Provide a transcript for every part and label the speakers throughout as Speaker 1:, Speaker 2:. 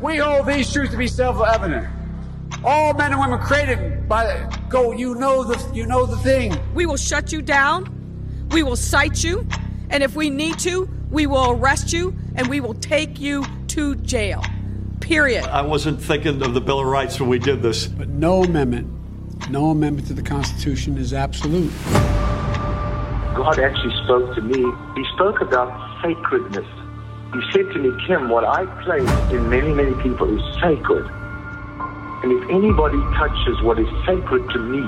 Speaker 1: We hold these truths to be self-evident. All men and women created by the, go. You know the you know the thing.
Speaker 2: We will shut you down. We will cite you. And if we need to, we will arrest you and we will take you to jail. Period.
Speaker 3: I wasn't thinking of the Bill of Rights when we did this.
Speaker 4: But no amendment, no amendment to the Constitution is absolute.
Speaker 5: God actually spoke to me. He spoke about sacredness. He said to me, Kim, what I place in many, many people is sacred. And if anybody touches what is sacred to me,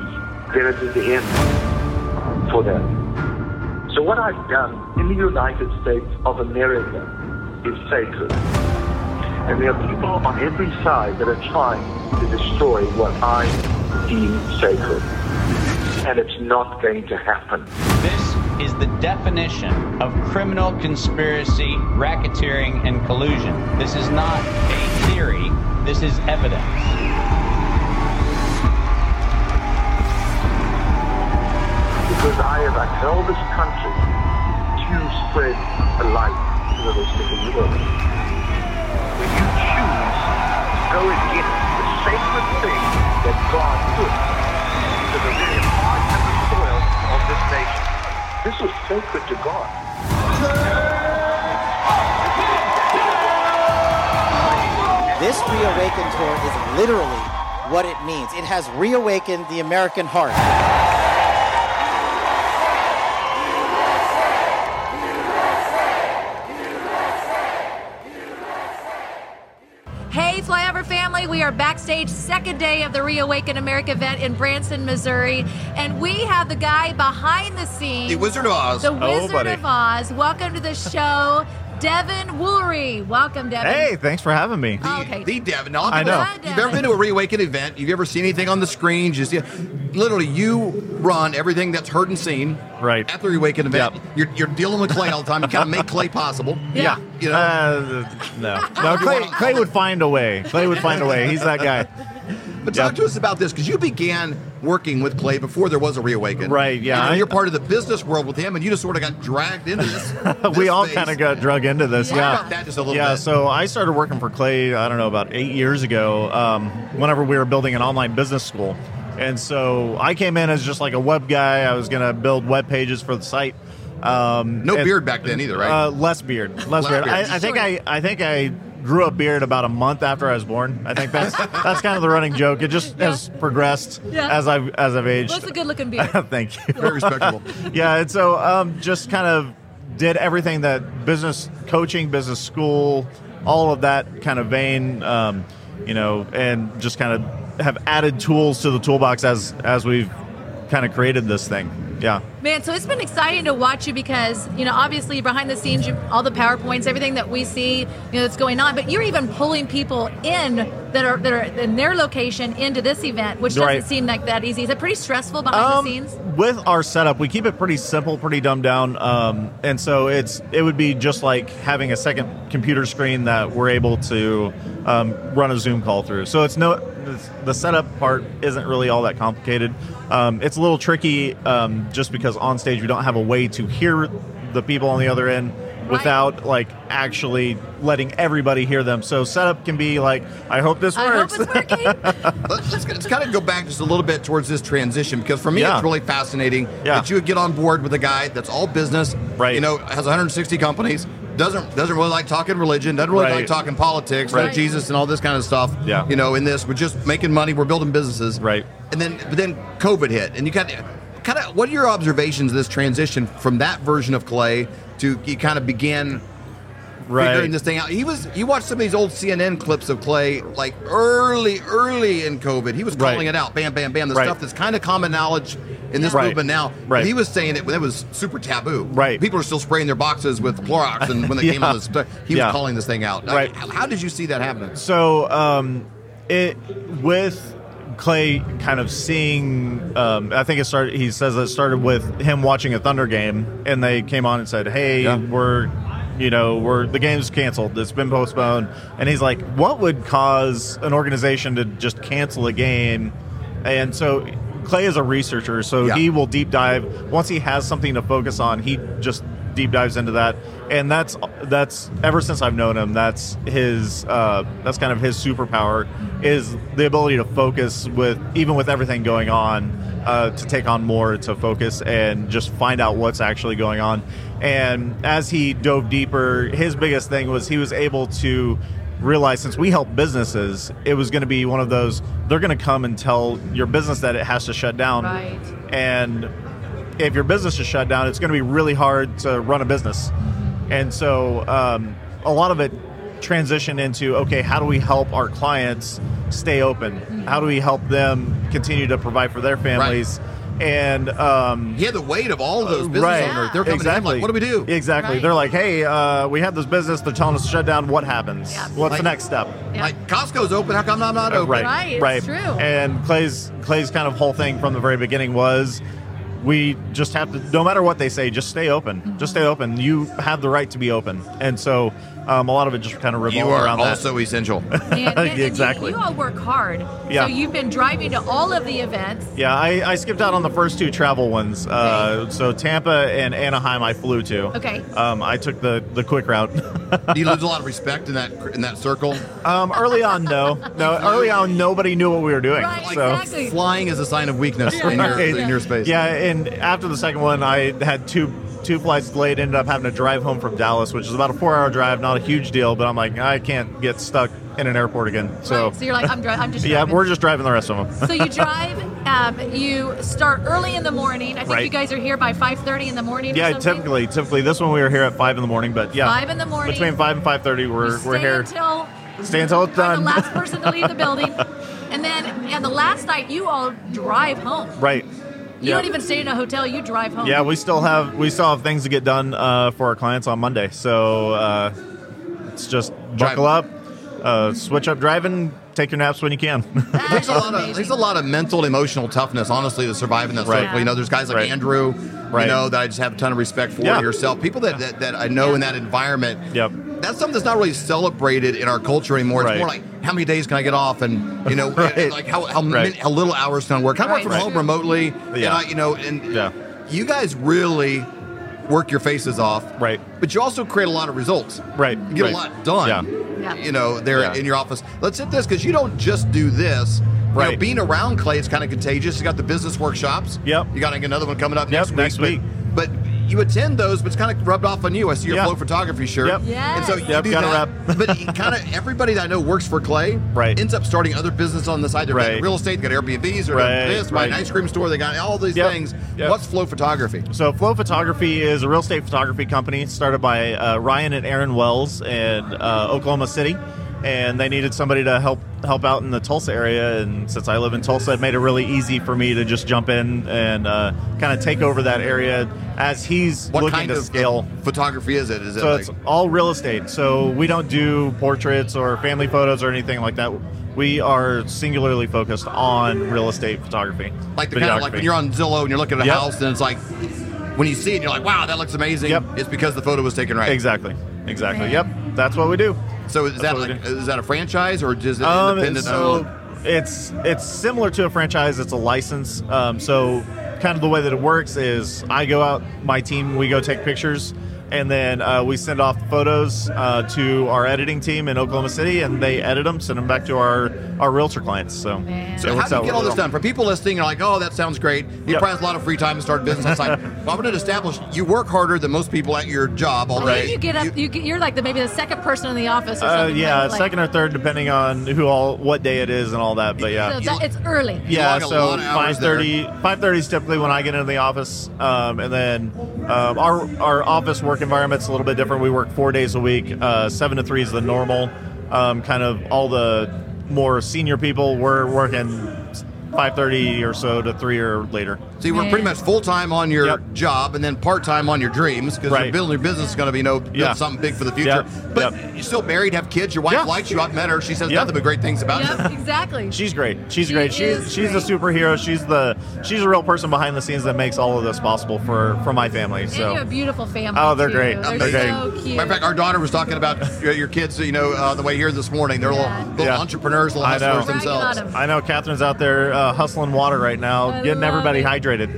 Speaker 5: then it is the end for them. So what I've done in the United States of America is sacred. And there are people on every side that are trying to destroy what I deem sacred. And it's not going to happen.
Speaker 6: This is the definition of criminal conspiracy, racketeering, and collusion. This is not a theory, this is evidence.
Speaker 5: because I have upheld this country to spread a light to the rest of the world. When you choose to go against the sacred thing that God put into the very heart and the soil of this nation, this was sacred to God.
Speaker 7: This reawakened tour is literally what it means. It has reawakened the American heart.
Speaker 8: Hey, Flyover family, we are backstage, second day of the Reawaken America event in Branson, Missouri. And we have the guy behind the scenes
Speaker 9: The Wizard of Oz.
Speaker 8: The
Speaker 10: Oh,
Speaker 8: Wizard of Oz. Welcome to the show, Devin Woolery. Welcome, Devin.
Speaker 10: Hey, thanks for having me.
Speaker 8: Oh, okay.
Speaker 9: The Devin. No,
Speaker 10: I know.
Speaker 8: Hi,
Speaker 9: You've ever
Speaker 8: Devin.
Speaker 9: been to a Reawaken event? You've ever seen anything on the screen? Just yeah, literally, you run everything that's heard and seen.
Speaker 10: Right.
Speaker 9: At the Reawaken event,
Speaker 10: Yep.
Speaker 9: you're, you're dealing with clay all the time. You kind of make clay possible.
Speaker 8: Yeah.
Speaker 9: You know.
Speaker 10: Uh, no, no. Clay, Clay would find a way. Clay would find a way. He's that guy.
Speaker 9: but talk
Speaker 10: yeah.
Speaker 9: to us about this because you began working with clay before there was a Reawaken.
Speaker 10: Right, yeah.
Speaker 9: And then
Speaker 10: I-
Speaker 9: you're part of the business world with him, and you just sort of got dragged into this.
Speaker 10: we all kind of got drug into this.
Speaker 8: Talk
Speaker 10: Yeah.
Speaker 9: about that just a little
Speaker 10: yeah,
Speaker 9: bit.
Speaker 10: so I started working for Clay, I don't know, about eight years ago, um, whenever we were building an online business school. And so I came in as just like a web guy. I was going to build web pages for the site. Um,
Speaker 9: No
Speaker 10: and-
Speaker 9: beard back then either, right?
Speaker 10: Uh, less beard. Less,
Speaker 9: Less
Speaker 10: beard.
Speaker 9: beard.
Speaker 10: I, I think I, I think I grew a beard about a month after I was born. I think that's that's kind of the running joke. It just has progressed
Speaker 8: Yeah.
Speaker 10: as I've as I've aged.
Speaker 8: Well, it's a good looking beard.
Speaker 10: Thank you
Speaker 9: Very respectable.
Speaker 10: yeah, and so um, just kind of did everything that business coaching, business school, all of that kind of vein, um, you know, and just kind of have added tools to the toolbox as as we've kind of created this thing. Yeah.
Speaker 8: Man, so it's been exciting to watch you because, you know, obviously behind the scenes, you, all the PowerPoints, everything that we see, you know, that's going on, but you're even pulling people in that are that are in their location into this event, which doesn't
Speaker 10: Right. Um,
Speaker 8: seem like that easy. Is it pretty stressful behind the scenes?
Speaker 10: With our setup, we keep it pretty simple, pretty dumbed down, um, and so it's it would be just like having a second computer screen that we're able to um, run a Zoom call through. So it's no the setup part isn't really all that complicated. Um, it's a little tricky um, just because on stage we don't have a way to hear the people on the other end without like actually letting everybody hear them. So setup can be like, I hope this
Speaker 8: I hope
Speaker 10: works.
Speaker 8: it's working.
Speaker 9: Let's, let's, let's kind of go back just a little bit towards this transition because for me
Speaker 10: Yeah.
Speaker 9: it's really fascinating
Speaker 10: Yeah.
Speaker 9: that you would get on board with a guy that's all business,
Speaker 10: Right.
Speaker 9: You know, has 160 companies, doesn't doesn't really like talking religion, doesn't really
Speaker 10: Right.
Speaker 9: like talking politics, no
Speaker 10: Right.
Speaker 9: Jesus and all this kind of stuff.
Speaker 10: Yeah.
Speaker 9: you know, in this we're just making money, we're building businesses,
Speaker 10: Right.
Speaker 9: And then but then COVID hit, and you kind of kind of what are your observations of this transition from that version of Clay to you kind of began figuring this thing out. He was. You watch some of these old CNN clips of Clay, like early, early in COVID. He was
Speaker 10: Right.
Speaker 9: calling it out, bam, bam, bam. The
Speaker 10: Right.
Speaker 9: stuff that's kind of common knowledge in this
Speaker 10: Right.
Speaker 9: movement now.
Speaker 10: Right.
Speaker 9: But he was saying it when it was super taboo.
Speaker 10: Right.
Speaker 9: People are still spraying their boxes with Clorox, and when they came
Speaker 10: Yeah.
Speaker 9: on this, he was
Speaker 10: Yeah.
Speaker 9: calling this thing out.
Speaker 10: Right.
Speaker 9: How, how did you see that happening?
Speaker 10: So um, it with Clay kind of seeing. Um, I think it started. He says it started with him watching a Thunder game, and they came on and said, "Hey,
Speaker 9: Yeah.
Speaker 10: we're." You know, we're the game's canceled. It's been postponed, and he's like, "What would cause an organization to just cancel a game?" And so, Clay is a researcher, so
Speaker 9: Yeah.
Speaker 10: he will deep dive. Once he has something to focus on, he just deep dives into that, and that's that's ever since I've known him. That's his uh, that's kind of his superpower is the ability to focus with even with everything going on uh, to take on more to focus and just find out what's actually going on. And as he dove deeper, his biggest thing was he was able to realize since we help businesses, it was going to be one of those they're going to come and tell your business that it has to shut down.
Speaker 8: Right.
Speaker 10: And if your business is shut down, it's going to be really hard to run a business. And so um, a lot of it transitioned into okay, how do we help our clients stay open? How do we help them continue to provide for their families? And um,
Speaker 9: Yeah, the weight of all of those business
Speaker 10: right.
Speaker 9: owners. They're coming
Speaker 10: exactly.
Speaker 9: in like, what do we do?
Speaker 10: Exactly.
Speaker 8: Right.
Speaker 10: They're like, hey, uh, we have this business. They're telling us to shut down. What happens?
Speaker 8: Yeah.
Speaker 10: What's
Speaker 9: Like-
Speaker 10: the next step?
Speaker 8: Yeah.
Speaker 9: Like Costco's open, how come I'm not open?
Speaker 10: Right.
Speaker 8: Right, it's
Speaker 10: right.
Speaker 8: true.
Speaker 10: And Clay's Clay's kind of whole thing from the very beginning was we just have to no matter what they say, just stay open. Just stay open. You have the right to be open. And so um, a lot of it just kind of revolved
Speaker 9: You are
Speaker 10: around that.
Speaker 9: also essential.
Speaker 8: And- and you-
Speaker 10: Exactly.
Speaker 8: You, all work hard.
Speaker 10: Yeah.
Speaker 8: So you've been driving to all of the events.
Speaker 10: Yeah, I, I skipped out on the first two travel ones. Uh, so Tampa and Anaheim, I flew to.
Speaker 8: Okay.
Speaker 10: Um, I took the, the quick route.
Speaker 9: Do you lose a lot of respect in that in that circle?
Speaker 10: um, early on, no, oh, no. Early on, nobody knew what we were doing.
Speaker 8: Right,
Speaker 10: so.
Speaker 8: exactly.
Speaker 9: Flying is a sign of weakness in, your,
Speaker 10: Right.
Speaker 9: in your space.
Speaker 10: Yeah, and after the second one, I had two two flights delayed. Ended up having to drive home from Dallas, which is about a four hour drive. Not a huge deal, but I'm like, I can't get stuck in an airport again. So,
Speaker 8: Right, so you're like, I'm, dri- I'm just
Speaker 10: yeah,
Speaker 8: driving.
Speaker 10: we're just driving the rest of them.
Speaker 8: so you drive, um, you start early in the morning. I think
Speaker 10: Right.
Speaker 8: you guys are here by 5.30 in the morning or
Speaker 10: yeah,
Speaker 8: something.
Speaker 10: typically, typically this one we were here at five in the morning, but yeah,
Speaker 8: 5 in the morning.
Speaker 10: between five and five thirty,
Speaker 8: You
Speaker 10: we're
Speaker 8: stay
Speaker 10: we're here.
Speaker 8: until
Speaker 10: Stay until it's done.
Speaker 8: I'm the last person to leave the building. And then and the last night, you all drive home.
Speaker 10: right.
Speaker 8: You
Speaker 10: yeah.
Speaker 8: don't even stay in a hotel. You drive home.
Speaker 10: yeah, we still have we still have things to get done uh, for our clients on Monday. So uh, it's just buckle up, uh, switch up driving, take your naps when you can.
Speaker 8: That
Speaker 9: It takes a
Speaker 8: is
Speaker 9: lot of it
Speaker 8: amazing.
Speaker 9: takes a lot of mental and emotional toughness, honestly, to survive in that
Speaker 10: Right.
Speaker 9: circle. You know, there's guys like
Speaker 10: Right.
Speaker 9: Andrew,
Speaker 10: Right.
Speaker 9: you know, that I just have a ton of respect for
Speaker 10: Yeah.
Speaker 9: yourself. People that, that, that I know in that environment.
Speaker 10: Yep.
Speaker 9: That's something that's not really celebrated in our culture anymore. It's
Speaker 10: Right.
Speaker 9: more like how many days can I get off, and you know,
Speaker 10: Right.
Speaker 9: like how how,
Speaker 10: Right.
Speaker 9: min- how little hours can I work? Can I work
Speaker 8: Right.
Speaker 9: from
Speaker 8: Right.
Speaker 9: home remotely? And
Speaker 10: Yeah.
Speaker 9: I, you know, and
Speaker 10: Yeah.
Speaker 9: you guys really work your faces off,
Speaker 10: Right.
Speaker 9: But you also create a lot of results,
Speaker 10: Right,
Speaker 9: You get
Speaker 10: right.
Speaker 9: a lot done,
Speaker 10: Yeah.
Speaker 8: Yeah.
Speaker 9: You know, there
Speaker 10: Yeah.
Speaker 9: in your office. Let's hit this because you don't just do this. You know,
Speaker 10: Right.
Speaker 9: being around Clay is kind of contagious. You got the business workshops.
Speaker 10: Yep.
Speaker 9: You got like, another one coming up
Speaker 10: Yep,
Speaker 9: next week.
Speaker 10: next
Speaker 9: but-
Speaker 10: week.
Speaker 9: But, you attend those, but it's kind of rubbed off on you. I see your
Speaker 10: Yeah.
Speaker 9: flow photography shirt.
Speaker 10: Yep.
Speaker 8: Yes.
Speaker 9: And so you
Speaker 10: Yep,
Speaker 9: do
Speaker 10: gotta
Speaker 9: that.
Speaker 10: wrap.
Speaker 9: but kind of everybody that I know works for Clay.
Speaker 10: Right.
Speaker 9: Ends up starting other business on the side. They're
Speaker 10: Right.
Speaker 9: got real estate. They got Airbnbs. Or
Speaker 10: Right,
Speaker 9: this. Buy an
Speaker 10: right.
Speaker 9: ice cream store. They got all these
Speaker 10: Yep,
Speaker 9: things.
Speaker 10: yep.
Speaker 9: What's flow photography?
Speaker 10: So Flow Photography is a real estate photography company started by uh, Ryan and Aaron Wells in uh, Oklahoma City, and they needed somebody to help help out in the Tulsa area. And since I live in Tulsa, it made it really easy for me to just jump in and uh, kind of take over that area as he's
Speaker 9: What
Speaker 10: looking
Speaker 9: kind
Speaker 10: to
Speaker 9: of
Speaker 10: scale.
Speaker 9: photography is it? Is it
Speaker 10: So
Speaker 9: like,
Speaker 10: it's all real estate. So we don't do portraits or family photos or anything like that. We are singularly focused on real estate photography.
Speaker 9: like the kind of like
Speaker 10: videography.
Speaker 9: when you're on Zillow and you're looking at a
Speaker 10: Yep.
Speaker 9: house and it's like when you see it and you're like, wow, that looks amazing.
Speaker 10: Yep.
Speaker 9: It's because the photo was taken right.
Speaker 10: Exactly. Exactly. Yep. That's what we do.
Speaker 9: So is that
Speaker 10: That's what we
Speaker 9: like,
Speaker 10: do.
Speaker 9: is that a franchise or just an
Speaker 10: Um,
Speaker 9: independent?
Speaker 10: so
Speaker 9: owned?
Speaker 10: it's it's similar to a franchise. It's a license. Um, so kind of the way that it works is I go out, my team, we go take pictures, and then uh, we send off the photos uh, to our editing team in Oklahoma City, and they edit them, send them back to our our realtor clients. So,
Speaker 8: Man.
Speaker 10: it
Speaker 9: So how
Speaker 10: works
Speaker 9: do you
Speaker 10: out
Speaker 9: get all
Speaker 10: really
Speaker 9: this
Speaker 10: well.
Speaker 9: done? For people listening, you're like, oh, that sounds great. You
Speaker 10: Yep.
Speaker 9: probably have a lot of free time to start a business. It's like, well, I'm going to establish you work harder than most people at your job
Speaker 8: I
Speaker 9: all
Speaker 8: think
Speaker 9: day.
Speaker 8: You get up. You, get, you're like the maybe the second person in the office. Or
Speaker 10: Uh,
Speaker 8: something
Speaker 10: yeah,
Speaker 8: like, like-
Speaker 10: second or third, depending on who all what day it is and all that. But yeah,
Speaker 8: So that, it's early.
Speaker 10: yeah,
Speaker 9: log a
Speaker 10: so
Speaker 9: lot of hours
Speaker 10: 5.30, 5.30 is typically when I get into the office. Um, and then um, our, our office work environment's a little bit different. We work four days a week. Uh, 7 to 3 is the normal. Um, kind of all the more senior people, we're working 5.30 or so to 3 or later.
Speaker 9: so you work pretty much full time on your
Speaker 10: Yep.
Speaker 9: job and then part time on your dreams because
Speaker 10: Right.
Speaker 9: you're building your business is going to be you know, build
Speaker 10: Yeah.
Speaker 9: something big for the future.
Speaker 10: Yep. Yep.
Speaker 9: But you're still married, have kids. Your wife
Speaker 10: Yeah.
Speaker 9: likes you. I've met her. She says
Speaker 10: Yep.
Speaker 9: nothing but great things about you.
Speaker 8: Yep, exactly.
Speaker 10: She's great. She's
Speaker 8: She
Speaker 10: great.
Speaker 8: is
Speaker 10: She's she's a superhero. She's the she's a real person behind the scenes that makes all of this possible for for my family.
Speaker 8: and you have a
Speaker 10: So
Speaker 8: beautiful family.
Speaker 10: Oh, they're
Speaker 8: too.
Speaker 10: great.
Speaker 8: They're
Speaker 10: Amazing.
Speaker 8: so cute.
Speaker 9: Matter of fact, our daughter was talking about your, your kids, you know, uh, the way here this morning. They're little,
Speaker 8: Yeah.
Speaker 9: little
Speaker 10: Yeah.
Speaker 9: entrepreneurs, little
Speaker 10: I know.
Speaker 9: hustlers
Speaker 10: Brag
Speaker 8: about
Speaker 9: themselves.
Speaker 8: them.
Speaker 10: I know Catherine's out there uh, uh, hustling water right now,
Speaker 8: I
Speaker 10: getting
Speaker 8: love
Speaker 10: everybody
Speaker 8: it.
Speaker 10: hydrated.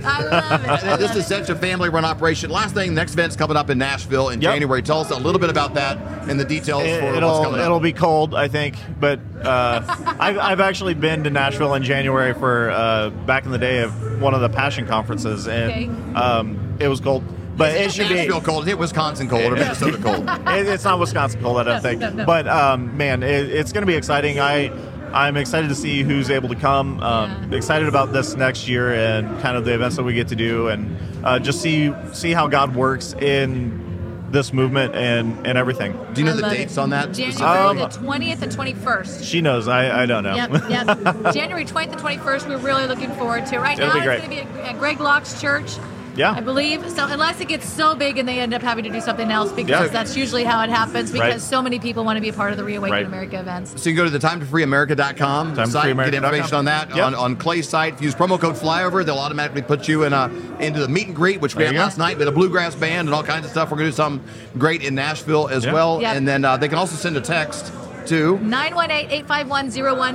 Speaker 8: I love it. I
Speaker 9: And this
Speaker 8: love
Speaker 9: is
Speaker 8: it.
Speaker 9: such a family run operation. Last thing, next event's coming up in Nashville in
Speaker 10: Yep.
Speaker 9: January. Tell us a little bit about that and the details for
Speaker 10: It,
Speaker 9: what's
Speaker 10: will
Speaker 9: coming
Speaker 10: it'll
Speaker 9: up.
Speaker 10: be cold, I think. But uh, I've, I've actually been to Nashville in January for uh, back in the day of one of the Passion conferences, and
Speaker 8: Okay.
Speaker 10: um, it was cold. But it should be
Speaker 9: Nashville cold. Hit Wisconsin cold or Minnesota cold.
Speaker 10: it, it's not Wisconsin cold, I don't think.
Speaker 8: no, no.
Speaker 10: But um, man, it, it's going to be exciting. I I'm excited to see who's able to come. Um, Excited about this next year and kind of the events that we get to do, and uh, just see see how God works in this movement and and everything.
Speaker 9: Do you know
Speaker 8: I
Speaker 9: the
Speaker 8: love it.
Speaker 9: dates on that?
Speaker 8: January
Speaker 10: Um,
Speaker 9: specifically?
Speaker 8: the 20th and 21st.
Speaker 10: She knows. I I don't know.
Speaker 8: Yep, yep. January 20th and 21st, we're really looking forward to. it. Right
Speaker 10: It'll
Speaker 8: now,
Speaker 10: be
Speaker 8: it's going to be at Greg Locke's church.
Speaker 10: Yeah.
Speaker 8: I believe. So, unless it gets so big and they end up having to do something else, because
Speaker 10: Yeah.
Speaker 8: that's usually how it happens, because
Speaker 10: Right.
Speaker 8: so many people want to be a part of the Reawaken
Speaker 10: Right.
Speaker 8: America events.
Speaker 9: So you can go to the timetofreeamerica.com
Speaker 10: Time to
Speaker 9: site and get
Speaker 10: freeamerica.com.
Speaker 9: information on that
Speaker 10: Yep.
Speaker 9: on, on Clay's site. If you use promo code flyover, they'll automatically put you in a into the meet and greet, which we
Speaker 10: There
Speaker 9: had
Speaker 10: you go.
Speaker 9: last night, but a bluegrass band and all kinds of stuff. We're gonna do something great in Nashville as
Speaker 10: Yeah.
Speaker 9: well.
Speaker 8: Yep.
Speaker 9: And then uh, they can also send a text to
Speaker 8: 918 851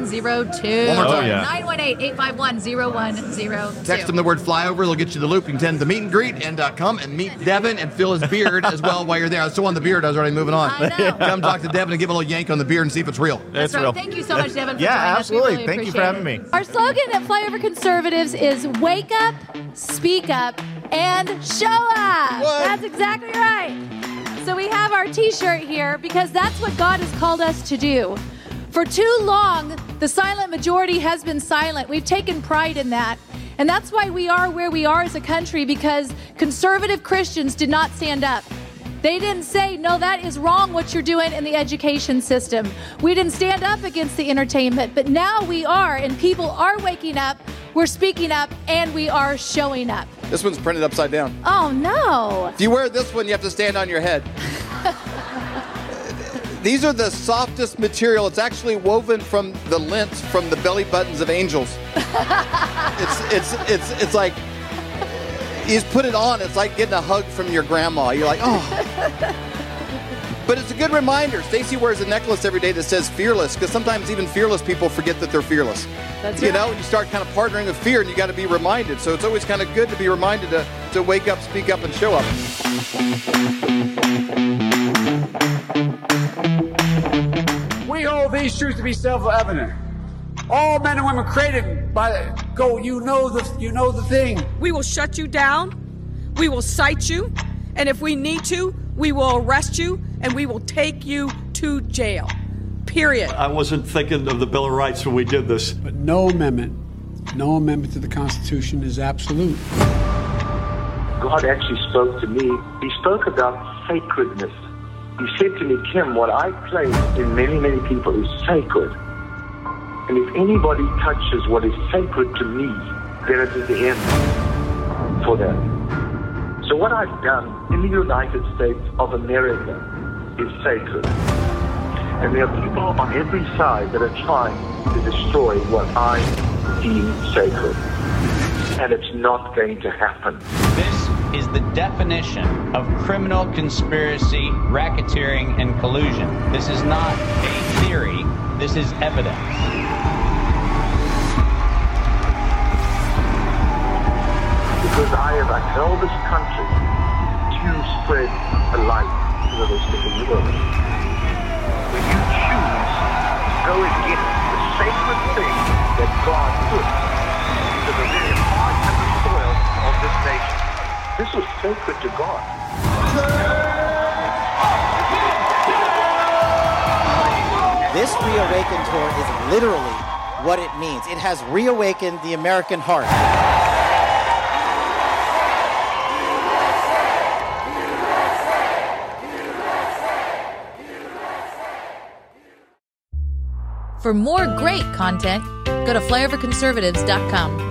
Speaker 8: 0102.
Speaker 9: One more
Speaker 10: time. Oh, yeah.
Speaker 8: 918 851 0102.
Speaker 9: Text them the word flyover. They'll get you the loop. You can attend the meet and greet and uh, come and meet Devin and feel his beard as well while you're there. I was still on the beard. I was already moving on.
Speaker 8: I know.
Speaker 9: Come talk to Devin and give a little yank on the beard and see if it's real.
Speaker 8: That's
Speaker 10: It's
Speaker 8: right.
Speaker 10: real.
Speaker 8: Thank you so much, Devin. For
Speaker 10: Yeah,
Speaker 8: joining
Speaker 10: absolutely.
Speaker 8: Us. We really
Speaker 10: Thank you for
Speaker 8: appreciate
Speaker 10: having
Speaker 8: it.
Speaker 10: me.
Speaker 11: Our slogan at Flyover Conservatives is wake up, speak up, and show up.
Speaker 9: What?
Speaker 11: That's exactly right. So we have our t shirt here because that's what God has called us to do. For too long, the silent majority has been silent. We've taken pride in that. And that's why we are where we are as a country because conservative Christians did not stand up. They didn't say, no, that is wrong what you're doing in the education system. We didn't stand up against the entertainment, but now we are, and people are waking up, we're speaking up, and we are showing up.
Speaker 9: This one's printed upside down.
Speaker 11: Oh no.
Speaker 9: If you wear this one, you have to stand on your head. These are the softest material. It's actually woven from the lint from the belly buttons of angels. it's it's it's it's like you just put it on. It's like getting a hug from your grandma. You're like, oh. But it's a good reminder. Stacy wears a necklace every day that says fearless because sometimes even fearless people forget that they're fearless.
Speaker 11: That's
Speaker 9: you
Speaker 11: right.
Speaker 9: know, you start kind of partnering with fear and you got to be reminded. So it's always kind of good to be reminded to, to wake up, speak up, and show up.
Speaker 1: We hold these truths to be self-evident. All men and women created by go. You know the you know the thing.
Speaker 2: We will shut you down. We will cite you. And if we need to, we will arrest you and we will take you to jail. Period.
Speaker 3: I wasn't thinking of the Bill of Rights when we did this.
Speaker 4: But no amendment, no amendment to the Constitution is absolute.
Speaker 5: God actually spoke to me. He spoke about sacredness. He said to me, Kim, what I place in many, many people is sacred. And if anybody touches what is sacred to me, then it is the end for them. So what I've done in the United States of America is sacred. And there are people on every side that are trying to destroy what I deem sacred. And it's not going to happen.
Speaker 6: This is the definition of criminal conspiracy, racketeering, and collusion. This is not a theory, this is evidence.
Speaker 5: because I have upheld this country to spread a light to the rest of the world. When you choose to go against the sacred thing that God put into the very heart and the soil of this nation, this was sacred to God.
Speaker 7: This reawaken tour is literally what it means. It has reawakened the American heart.
Speaker 8: For more great content, go to flyoverconservatives.com.